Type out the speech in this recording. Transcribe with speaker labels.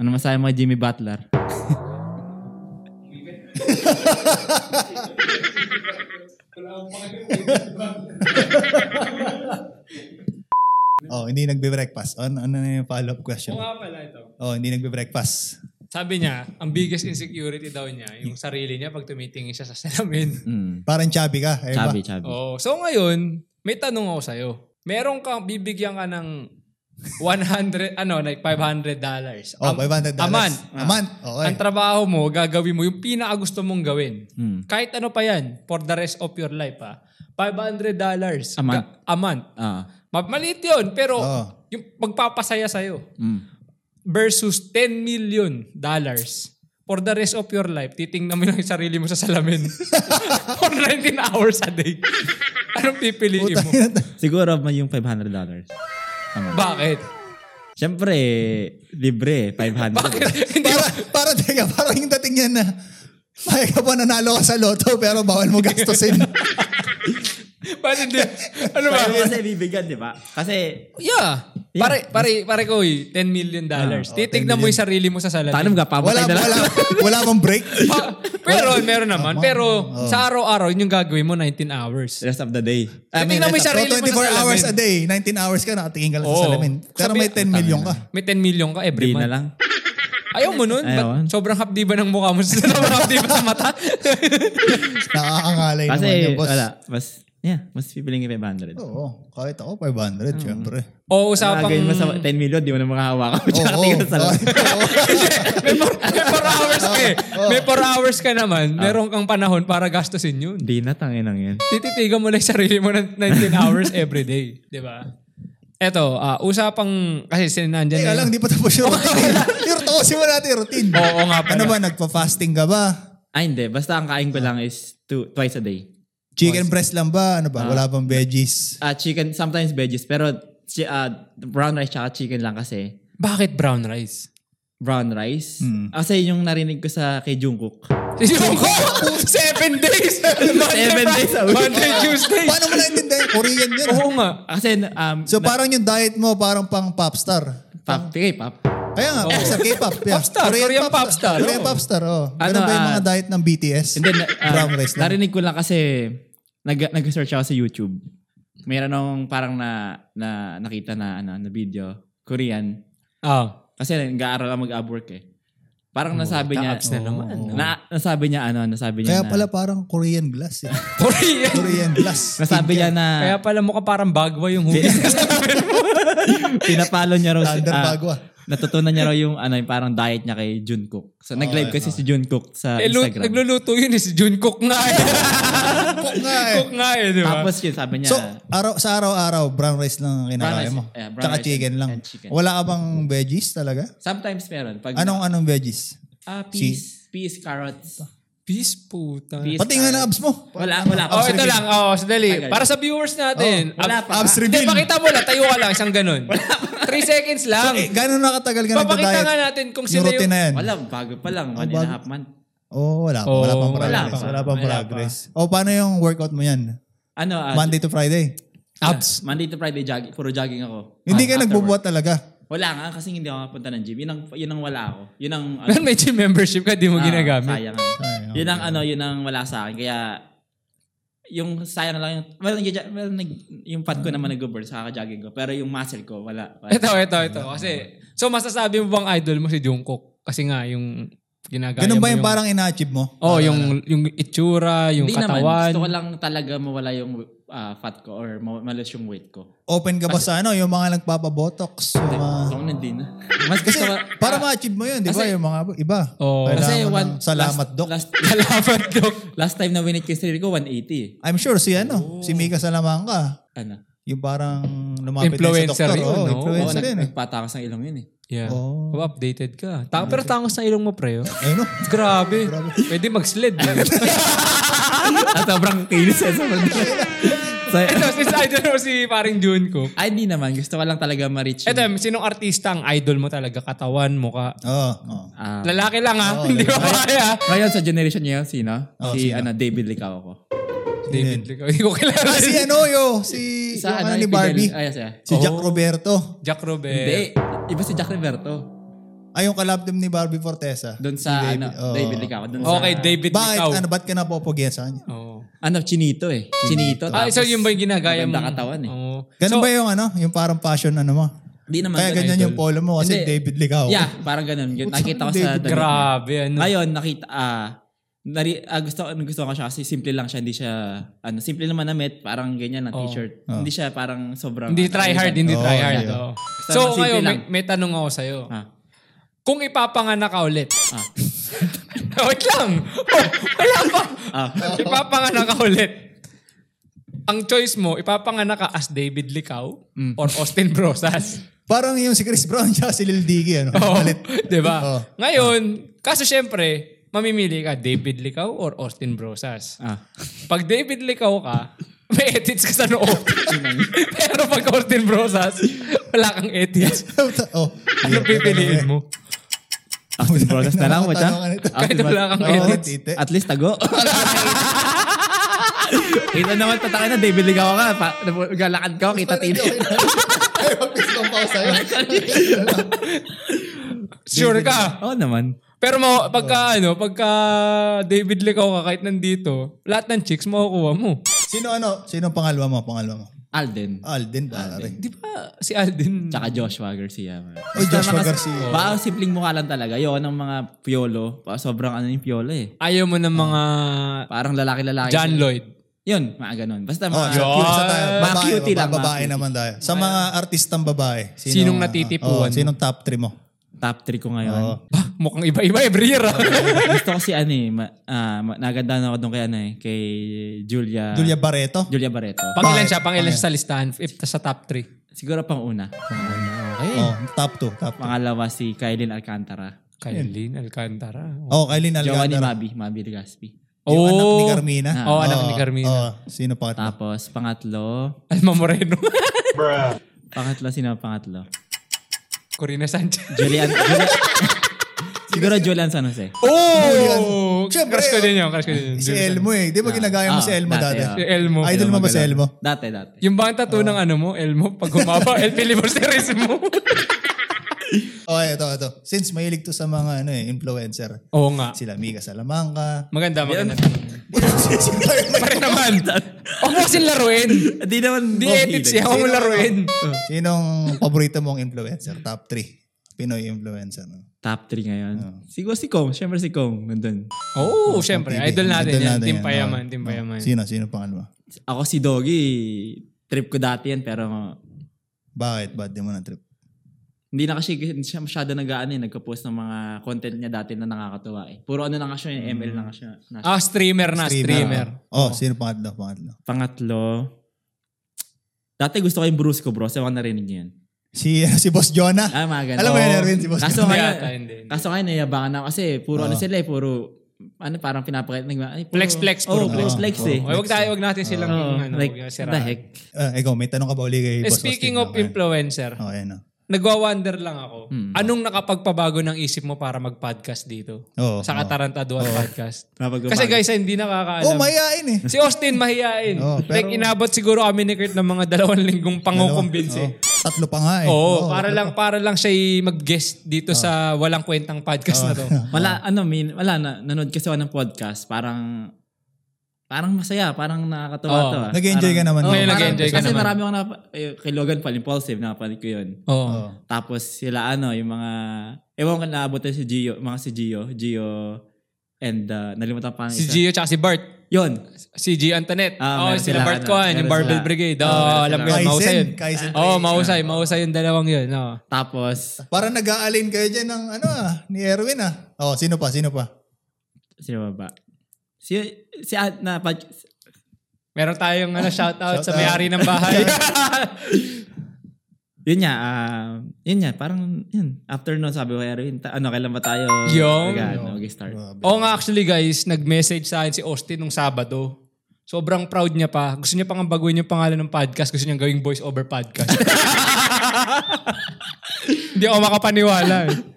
Speaker 1: Ano masabi mo kay Jimmy Butler?
Speaker 2: Oh, hindi nagbe-breakfast. Ano, ano na yung follow-up question?
Speaker 3: Oo nga pala ito.
Speaker 2: Oh, hindi nagbe-breakfast.
Speaker 3: Sabi niya, ang biggest insecurity daw niya, yung sarili niya pag tumitingin siya sa salamin.
Speaker 1: Mm.
Speaker 2: Parang chubby ka. ayun ba?
Speaker 1: Chubby, chubby.
Speaker 3: Oo. so ngayon, may tanong ako sa'yo. Meron kang bibigyan ka ng 100, ano, like 500 dollars.
Speaker 2: Oh, 500
Speaker 3: A month.
Speaker 2: A month. Okay.
Speaker 3: Ang trabaho mo, gagawin mo yung pinakagusto mong gawin.
Speaker 1: Mm.
Speaker 3: Kahit ano pa yan, for the rest of your life ha. 500 dollars.
Speaker 1: A month.
Speaker 3: a month.
Speaker 1: Ah.
Speaker 3: Ma- Maliit yun, pero
Speaker 2: Oo.
Speaker 3: yung magpapasaya sa'yo.
Speaker 1: Mm.
Speaker 3: versus 10 million dollars for the rest of your life, titingnan mo yung sarili mo sa salamin for 19 hours a day. Anong pipiliin mo?
Speaker 1: Siguro may yung $500. Tama.
Speaker 3: Bakit?
Speaker 1: Siyempre, libre,
Speaker 3: Bakit?
Speaker 1: $500.
Speaker 3: Hindi
Speaker 2: para, para, teka, parang yung dating yan na kaya ka ba nanalo ka sa loto pero bawal mo gastusin.
Speaker 3: Bakit hindi? Ano ba?
Speaker 1: Pero kasi bibigyan, di ba? Kasi,
Speaker 3: Yeah. Pare, pare, pare ko 10 million
Speaker 2: Ah,
Speaker 3: dollars.
Speaker 2: oh, 10
Speaker 3: Titignan mo yung sarili mo sa salamin.
Speaker 1: tanong ka, pamatay
Speaker 2: wala,
Speaker 1: na lang.
Speaker 2: wala, wala mong break.
Speaker 3: Pa- pero, meron
Speaker 2: Tama.
Speaker 3: naman. Pero, sa araw-araw, yun yung gagawin mo 19 hours.
Speaker 1: Rest of the day. I mean,
Speaker 3: Titignan mo yung
Speaker 2: So,
Speaker 3: sarili
Speaker 2: 24
Speaker 3: mo sa salamin.
Speaker 2: hours a day, 19 hours ka, nakatingin ka lang
Speaker 3: Oo.
Speaker 2: sa salamin. Pero
Speaker 3: Sabi-
Speaker 2: may 10 million ka.
Speaker 3: May 10 million ka every
Speaker 1: day
Speaker 3: month.
Speaker 1: na lang.
Speaker 3: Ayaw mo nun?
Speaker 1: Ayaw.
Speaker 3: Ba't sobrang hapdi ba ng mukha mo? sobrang hapdi ba sa mata?
Speaker 2: Nakakangalay naman
Speaker 1: Kasi,
Speaker 2: yung boss.
Speaker 1: wala. Mas, yeah, mas pipiling yung $500.
Speaker 2: Oo, kahit ako 500,
Speaker 3: Hmm.
Speaker 2: syempre.
Speaker 3: o
Speaker 1: Sa
Speaker 3: usapang...
Speaker 1: mo sa 10 million, di mo na makahawakan.
Speaker 2: Oo,
Speaker 1: Tsaka
Speaker 2: oo.
Speaker 1: tingin sa lang.
Speaker 3: may 4 hours ka eh.
Speaker 2: Oh.
Speaker 3: May 4 hours ka naman.
Speaker 1: Ah.
Speaker 3: Meron kang panahon para gastusin yun.
Speaker 1: Hindi na, tangin lang yan.
Speaker 3: Tititigan mo lang yung sarili mo ng 19 hours every day. Di ba? Eto, ah, usapang... Kasi
Speaker 1: Ano
Speaker 3: sinandyan
Speaker 2: Teka
Speaker 3: na
Speaker 2: lang,
Speaker 3: yun.
Speaker 2: di pa tapos yung routine. yung tapusin mo natin yung routine.
Speaker 3: Oo nga pala.
Speaker 2: Ano ba, nagpa-fasting ka ba?
Speaker 1: Ay, Ah, hindi. Basta ang kain ko lang is two, twice a day. Oh,
Speaker 2: Chicken breast lang ba? Ano ba? Wala bang veggies?
Speaker 1: Ah, chicken, sometimes veggies, pero chi- ah, brown rice tsaka chicken lang kasi.
Speaker 3: Bakit brown rice?
Speaker 1: Brown rice.
Speaker 2: Mm.
Speaker 1: Kasi yung narinig ko sa kay Jungkook.
Speaker 3: Yung ko! Seven days! Monday,
Speaker 1: Seven
Speaker 3: Fri-
Speaker 1: days a week.
Speaker 3: Monday, Tuesday.
Speaker 2: Paano mo naintindihan? Korean yun. ah.
Speaker 3: Oo nga.
Speaker 1: Kasi, um,
Speaker 2: So parang yung diet mo parang pang popstar.
Speaker 1: pop, K-pop.
Speaker 2: Kaya
Speaker 1: Oh.
Speaker 2: nga, popstar, K-pop. yeah.
Speaker 3: Popstar, Korean popstar,
Speaker 2: Korean
Speaker 3: oo.
Speaker 2: popstar, oh. Ano
Speaker 1: Ano,
Speaker 2: ba yung
Speaker 1: ah,
Speaker 2: mga diet ng BTS?
Speaker 1: And then, ah,
Speaker 2: Brown rice lang.
Speaker 1: narinig ko lang kasi, nag, nag-search ako sa YouTube. Mayroon akong parang na, na nakita na, ano, na video, Korean.
Speaker 3: Ah.
Speaker 1: Kasi nag-aaral ako mag-upwork eh.
Speaker 2: Oh,
Speaker 1: Parang nasabi niya,
Speaker 3: ka-abs na naman,
Speaker 1: Oo. na, nasabi niya ano, nasabi niya
Speaker 2: Kaya
Speaker 1: na,
Speaker 2: pala parang Korean glass eh.
Speaker 3: Korean.
Speaker 2: Korean glass.
Speaker 1: nasabi niya na,
Speaker 3: Kaya pala mukha parang bagwa yung hugis.
Speaker 1: pinapalo niya raw, si-
Speaker 2: Under
Speaker 1: ah,
Speaker 2: bagwa.
Speaker 1: natutunan niya raw yung, ano, yung parang diet niya kay Jungkook. So, nag-live
Speaker 2: Oh,
Speaker 1: kasi si Jungkook sa
Speaker 3: Eh, lu-
Speaker 1: Instagram.
Speaker 3: nagluluto yun eh, si Jun Cook nga eh.
Speaker 2: Cook nga eh.
Speaker 3: Cook nga eh, di ba?
Speaker 1: Tapos yun, sabi niya,
Speaker 2: So, araw, sa araw-araw, brown rice lang ang kinakain
Speaker 1: rice,
Speaker 2: mo.
Speaker 1: yeah, brown
Speaker 2: Tsaka
Speaker 1: rice
Speaker 2: chicken
Speaker 1: and-
Speaker 2: lang.
Speaker 1: and chicken.
Speaker 2: Wala ka bang veggies talaga?
Speaker 1: sometimes meron. Pag,
Speaker 2: Anong anong veggies?
Speaker 1: Ah, peas, peas, carrots.
Speaker 3: Peace puta.
Speaker 1: Peas,
Speaker 2: Pati nga na
Speaker 1: carrots.
Speaker 2: abs mo.
Speaker 1: Wala, wala.
Speaker 3: Oh, ito lang. Oh, sandali.
Speaker 1: Tagal.
Speaker 3: Para sa viewers natin.
Speaker 1: Oh, wala
Speaker 3: Ab-
Speaker 1: pa.
Speaker 2: Abs
Speaker 3: Hindi,
Speaker 2: reveal.
Speaker 3: pakita mo lang. Tayo ka lang. Isang ganun. Three seconds lang.
Speaker 2: Eh, Gano'n na katagal ka
Speaker 3: Papakita
Speaker 2: nagda-diet?
Speaker 3: nga natin kung
Speaker 2: Yung
Speaker 3: sino
Speaker 2: routine
Speaker 3: yung...
Speaker 2: na yan.
Speaker 1: Wala, bago pa lang. One and
Speaker 2: Ano bago.
Speaker 1: a half month.
Speaker 2: Oo, wala, pa.
Speaker 3: Oo,
Speaker 2: wala pang
Speaker 3: wala
Speaker 2: progress.
Speaker 3: pa.
Speaker 2: Wala pang
Speaker 3: Wala
Speaker 2: progress. O, paano yung workout mo yan?
Speaker 1: Ano, ah,
Speaker 2: Monday to Friday?
Speaker 3: Abs.
Speaker 1: Monday to Friday, jogging, puro jogging ako. Ah, after
Speaker 2: Hindi ka
Speaker 1: work.
Speaker 2: nagbubuhat talaga.
Speaker 1: Wala nga, kasi hindi ako napunta ng gym. Yun ang, yun ang wala ako. Yun ang, ano,
Speaker 3: Well, may gym membership ka, di mo
Speaker 1: ah,
Speaker 3: ginagamit.
Speaker 1: Sayang.
Speaker 2: Sayang.
Speaker 1: Yun ang, ano, yun ang wala sa akin. Kaya, yung sayang lang yung, well, nag, well, nag, yung pad ko naman nag-burn sa kaka-jogging ko. Pero yung muscle ko, wala. wala.
Speaker 3: Ito, ito, ito. Kasi, so masasabi mo bang idol mo si Jungkook? Kasi nga, yung ginagaya
Speaker 2: Ganun
Speaker 3: mo
Speaker 2: ba yung
Speaker 3: yung-
Speaker 2: parang ina-achieve mo?
Speaker 3: Oh, yung, yung itsura, yung
Speaker 1: Hindi naman. Gusto ko
Speaker 3: katawan.
Speaker 1: lang talaga mawala yung ah, fat ko or ma- malus yung weight ko.
Speaker 2: Open ka ba sa ano? Yung mga nagpapabotox? Yung mga...
Speaker 1: So, kung hindi na. Mas
Speaker 2: Kasi
Speaker 1: gusto ko,
Speaker 2: para ma-achieve mo yun, di ba?
Speaker 1: Kasi-
Speaker 2: Yung mga iba.
Speaker 3: Oo.
Speaker 2: Kailangan
Speaker 1: kasi
Speaker 2: mo
Speaker 1: one,
Speaker 2: ng salamat,
Speaker 1: last,
Speaker 2: Dok.
Speaker 1: Last,
Speaker 3: Kalaban, Dok.
Speaker 1: last time na winit ko yung sarili ko, 180.
Speaker 2: I'm sure si ano, si Mika Salamangka,
Speaker 1: eh. Ano?
Speaker 2: yung parang lumapit
Speaker 3: Influencer
Speaker 2: din sa doktor.
Speaker 3: yun,
Speaker 2: Oo,
Speaker 3: no?
Speaker 1: Oo,
Speaker 2: influencer yun eh.
Speaker 1: Oh, nag, nagpatakas ng ilong yun eh.
Speaker 3: Yeah.
Speaker 2: Oo.
Speaker 3: Oh. Updated ka. Ta- pero tangos na ilong mo, pre. oh.
Speaker 2: Ayun Eh, no?
Speaker 3: Grabe. Pwede mag-sled. Eh.
Speaker 1: At sobrang kinis eh. Sobrang so,
Speaker 3: Ito, since idol mo si paring June ko.
Speaker 1: ay, di naman. Gusto ko lang talaga ma-reach
Speaker 3: Ito,
Speaker 1: yung...
Speaker 3: sinong artista ang idol mo talaga? Katawan, mukha.
Speaker 2: Oo. oo.
Speaker 1: Ah,
Speaker 3: Lalaki lang ha, hindi ba kaya?
Speaker 1: ngayon sa generation niya, sino?
Speaker 2: Oh,
Speaker 1: si
Speaker 2: sino?
Speaker 1: ano, David Licao ko.
Speaker 3: David Lee. Hindi ko kilala.
Speaker 2: Ah, si ano yo, si yung ano, ni
Speaker 1: Fidel-
Speaker 2: Barbie.
Speaker 1: Ay, yes, Ah, yeah.
Speaker 2: Si Jack Roberto.
Speaker 3: Jack Robert.
Speaker 1: Hindi. Iba si Jack Roberto.
Speaker 2: Ay, yung collab team ni Barbie Fortesa.
Speaker 1: Doon sa ano, David
Speaker 2: oh.
Speaker 1: Licao. Doon sa,
Speaker 3: Okay, David
Speaker 2: Bakit,
Speaker 3: Licao.
Speaker 2: ano, ba't ka napopogyan sa kanya?
Speaker 3: Oo.
Speaker 1: ano, Chinito eh. Chinito.
Speaker 3: Ah, so yun ba yung ginagaya mo?
Speaker 1: Maganda katawan eh.
Speaker 3: Oo.
Speaker 2: Ganun
Speaker 3: So,
Speaker 2: ba yung ano, yung parang passion ano mo?
Speaker 1: Di naman
Speaker 2: Kaya
Speaker 1: ganun.
Speaker 2: ganyan yung polo mo kasi
Speaker 1: Hindi.
Speaker 2: David oh. Licao.
Speaker 1: Yeah, parang ganun. Yun, nakita ko sa...
Speaker 2: David,
Speaker 1: damit.
Speaker 3: Grabe, ano.
Speaker 1: Ngayon, nakita... ah, nari, ah, gusto, gusto ko siya kasi simple lang siya. Hindi siya... Ano, simple naman na met. Parang ganyan na
Speaker 3: Oo.
Speaker 1: t-shirt. Hindi siya parang sobrang... ano,
Speaker 3: Oh, Hindi try hard, hindi
Speaker 2: Oo,
Speaker 3: try hard.
Speaker 2: yeah.
Speaker 3: oo.
Speaker 1: Basta
Speaker 3: So
Speaker 1: simple
Speaker 3: ngayon, may,
Speaker 1: lang.
Speaker 3: may tanong ako sa'yo.
Speaker 1: Ah.
Speaker 3: Kung ipapanganak ka ulit.
Speaker 1: Ah.
Speaker 3: Wait lang. Oh, wala pa.
Speaker 1: Ah.
Speaker 3: ipapanganak ka ulit. Ang choice mo, ipapanganak ka as David Licao or Austin Brosas.
Speaker 2: Parang yung si Chris Brown siya si Lil Dicky, ano?
Speaker 3: Oo,
Speaker 2: Palit.
Speaker 3: Oh, 'Di ba?
Speaker 2: Oo.
Speaker 3: Ngayon, kaso syempre, mamimili ka David Licao or Austin Brosas.
Speaker 1: Ah.
Speaker 3: Pag David Licao ka, may ethics ka sa noo. Pero pag Austin Brosas, wala kang ethics.
Speaker 2: oh.
Speaker 3: Ano pipiliin mo?
Speaker 1: Austin Ah, Brothers na lang ah. mo siya.
Speaker 2: Tanungan ito.
Speaker 1: Austin
Speaker 3: Kahit wala
Speaker 1: Brothers-
Speaker 3: kang
Speaker 2: Oo,
Speaker 3: edits.
Speaker 2: titi.
Speaker 1: At least tago. kita naman tataka na David Ligaw ka. Pa, galakad ka, kita titi.
Speaker 2: Ano Ay, mag-piston pa ako sa'yo.
Speaker 3: Sure ka.
Speaker 1: Oo naman.
Speaker 3: Pero mo, pagka ano, pagka David Licao ka kahit nandito, lahat ng chicks makukuha mo.
Speaker 2: Sino ano? Sino ang pangalawa mo? Pangalawa mo?
Speaker 1: Alden.
Speaker 2: Alden ba? Alden.
Speaker 3: Di ba si Alden?
Speaker 1: Tsaka Joshua Garcia. man.
Speaker 2: Oh, Joshua Garcia.
Speaker 1: Baka simpleng mukha lang talaga. Yun ang mga piolo. Pa- Sobrang ano yung piolo eh.
Speaker 3: Ayaw mo ng mga
Speaker 1: Parang lalaki-lalaki.
Speaker 3: John Lloyd.
Speaker 1: Yun, mga ganun. Basta
Speaker 2: Oh,
Speaker 3: Ah,
Speaker 1: mga...
Speaker 2: so cute sa tayo.
Speaker 1: Mga
Speaker 2: Babae,
Speaker 1: cutie lang,
Speaker 2: babae,
Speaker 1: mga
Speaker 2: babae
Speaker 1: cutie.
Speaker 2: naman tayo. Sa mga artistang babae.
Speaker 3: Sinong
Speaker 2: ah,
Speaker 3: natitipuan
Speaker 2: oh,
Speaker 3: mo?
Speaker 2: sinong top 3 mo?
Speaker 1: Top 3 ko ngayon.
Speaker 2: Oo.
Speaker 3: Bah, Ah, mukhang iba-iba every year. ah.
Speaker 1: Gusto ko si ano eh. Ma- ah, ma- naganda na ako doon kay ano eh. Kay
Speaker 3: Ah.
Speaker 1: Julia...
Speaker 2: Julia Barreto?
Speaker 1: Julia Barreto.
Speaker 3: pangilan
Speaker 2: Bakit?
Speaker 3: siya, pangilan siya sa listahan. If sa top 3.
Speaker 1: Siguro pang una.
Speaker 3: Okay.
Speaker 2: Oh, top 2. Top two.
Speaker 1: Pangalawa si Kailin Alcantara.
Speaker 3: Kylie Alcantara.
Speaker 2: Oh, Kailin
Speaker 1: Jowa ni
Speaker 2: Alcantara.
Speaker 1: Mabi. Mabi Legaspi.
Speaker 2: Yung anak ni
Speaker 3: Oh.
Speaker 2: Carmina.
Speaker 3: Oh, anak ni Carmina.
Speaker 2: Oh, sino pa? katlo?
Speaker 1: Tapos, pangatlo.
Speaker 3: Alma Moreno.
Speaker 1: Pangatlo, sino ang pangatlo?
Speaker 3: Corina Sanchez.
Speaker 1: Julian. Julian siguro Julian San Jose.
Speaker 3: Oh!
Speaker 2: Siyempre,
Speaker 3: Crush ko
Speaker 2: oh.
Speaker 3: din yun. Crush ko din yun.
Speaker 2: Si Elmo eh. Di ba ginagaya mo
Speaker 1: Ah,
Speaker 2: si Elmo
Speaker 1: dati,
Speaker 2: dati?
Speaker 1: ah.
Speaker 3: Si Elmo.
Speaker 2: Idol mo ba si Elmo?
Speaker 1: Dati, dati.
Speaker 3: Yung bang tattoo ng ano mo, Elmo, pag humaba, El Filibusterismo.
Speaker 2: Oh, ito, ito. Since mahilig to sa mga ano eh, influencer.
Speaker 3: Oo nga.
Speaker 2: Sila Mika Salamanca.
Speaker 3: Maganda, maganda.
Speaker 2: si Carmen.
Speaker 3: Pare naman. Huwag mo sin laruin.
Speaker 1: Hindi naman.
Speaker 3: Di edit siya. Huwag mo laruin.
Speaker 2: Sinong paborito mong influencer? Top 3. Pinoy influencer. No?
Speaker 1: Top 3 ngayon. Siguro si Kong. Siyempre si Kong. Nandun.
Speaker 3: Oo, oh, syempre.
Speaker 2: Hindi,
Speaker 3: Idol natin
Speaker 2: idol
Speaker 3: yan.
Speaker 2: natin
Speaker 3: Team
Speaker 2: yan. Oh.
Speaker 3: Payaman,
Speaker 2: Oo.
Speaker 3: Team Payaman.
Speaker 2: Sino? Sino pangalawa?
Speaker 1: Ako si Doggy. Trip ko dati yan pero
Speaker 2: Bakit? Ba't di mo na trip?
Speaker 1: hindi na kasi hindi siya masyado nag-ano eh, nagka-post ng mga content niya dati na nakakatuwa eh. Puro ano lang siya, yung ML lang siya.
Speaker 2: Mm.
Speaker 1: Na-
Speaker 3: Ah, streamer na, streamer.
Speaker 2: Oh, sino pangatlo? Pangatlo.
Speaker 1: Pangatlo, dati gusto ko yung Brusco bro, sa mga narinig niyo yun.
Speaker 2: Si, si Boss Jonah.
Speaker 1: Ah, mga ganun.
Speaker 2: Alam mo yun, Erwin, Ah. si Boss
Speaker 1: Kaso
Speaker 2: Jonah.
Speaker 3: Hindi
Speaker 1: ngayon,
Speaker 3: ata, hindi, hindi.
Speaker 1: kaso ngayon, nayabangan ako kasi puro ano sila eh, puro, ano parang pinapakita. Nag, ay, puro,
Speaker 3: Flex, flex,
Speaker 1: oh,
Speaker 3: puro
Speaker 1: puro
Speaker 3: flex.
Speaker 1: flex eh.
Speaker 3: Okay, wag tayo, wag natin silang
Speaker 1: Oo, Oh,
Speaker 3: ano,
Speaker 1: like,
Speaker 3: huwag yung
Speaker 1: the
Speaker 3: siraan.
Speaker 1: heck.
Speaker 2: Ah, ikaw, may tanong ka ba uli kay
Speaker 3: Eh,
Speaker 2: Boss Oh,
Speaker 3: Speaking
Speaker 2: Austin?
Speaker 3: of influencer,
Speaker 2: Okay, no.
Speaker 3: nagwa-wonder lang ako. Anong nakapagpabago ng isip mo para mag-podcast dito?
Speaker 2: Oo,
Speaker 3: sa
Speaker 2: oo.
Speaker 3: Katarantaduan Podcast.
Speaker 1: Mapag-
Speaker 3: Kasi guys, hindi
Speaker 2: Oh,
Speaker 3: nakakaalam.
Speaker 2: mayain eh.
Speaker 3: si Austin mahihain.
Speaker 2: Oo, pero-
Speaker 3: like inabot siguro kami ni Kurt ng mga dalawang linggong
Speaker 2: Oh,
Speaker 3: pangukumbinsi.
Speaker 2: tatlo pa nga eh. Oo.
Speaker 3: Oo, para lang para lang siya mag-guest dito sa walang kwentang podcast na to.
Speaker 1: Wala, ano, min, wala, na, nanood kasi ako ng podcast, parang, parang masaya, parang nakakatawa
Speaker 3: Oo.
Speaker 1: to. ah.
Speaker 2: Nag-enjoy ka
Speaker 1: Parang-
Speaker 2: naman.
Speaker 1: Oo,
Speaker 2: Oh,
Speaker 3: Ngayon
Speaker 1: parang-
Speaker 3: nag-enjoy ka
Speaker 1: kasi
Speaker 3: naman.
Speaker 1: marami akong napa- eh, kay Logan pala, impulsive, napanik ko yun.
Speaker 3: Oo.
Speaker 2: Oo.
Speaker 1: Tapos sila ano, yung mga, ewan ko naabot na si Gio, mga si Gio, Gio, and uh, nalimutan pa ang
Speaker 3: Si
Speaker 1: isa.
Speaker 3: Gio tsaka si Bart.
Speaker 1: Yun.
Speaker 3: Si Gio Antoinette.
Speaker 1: Ah,
Speaker 3: Oo,
Speaker 1: meron
Speaker 3: sila
Speaker 1: sila,
Speaker 3: Bart
Speaker 1: ano,
Speaker 3: Cohen, yung
Speaker 1: meron
Speaker 3: Barbell
Speaker 1: sila.
Speaker 3: Brigade. Oo,
Speaker 1: Oo, meron
Speaker 3: alam ko
Speaker 1: sila.
Speaker 3: yun, mahusay yun.
Speaker 2: Kaisen. Kaisen.
Speaker 3: Oo, mahusay, mahusay yung dalawang yun. Oo.
Speaker 1: Tapos,
Speaker 2: Para nag-aalin kayo dyan ng ano ah, ni Erwin ah. Oh, sino pa? Sino pa?
Speaker 1: sino ba ba? Si, si, Ad- na, pa,
Speaker 3: Meron tayong ano, shoutout sa
Speaker 2: Shoutout.
Speaker 3: may-ari ng bahay.
Speaker 1: yun niya, ah, yun niya, parang, yun, after nun, sabi ko, Erwin, ta- ano, kailan ba tayo,
Speaker 3: Yung-
Speaker 1: mag- start
Speaker 3: Oo nga actually guys, nag-message sa akin si Austin nung Sabado. Sobrang proud niya pa. Gusto niya pang baguhin yung pangalan ng podcast. Gusto niya gawing voice over podcast. Hindi ako makapaniwala. eh.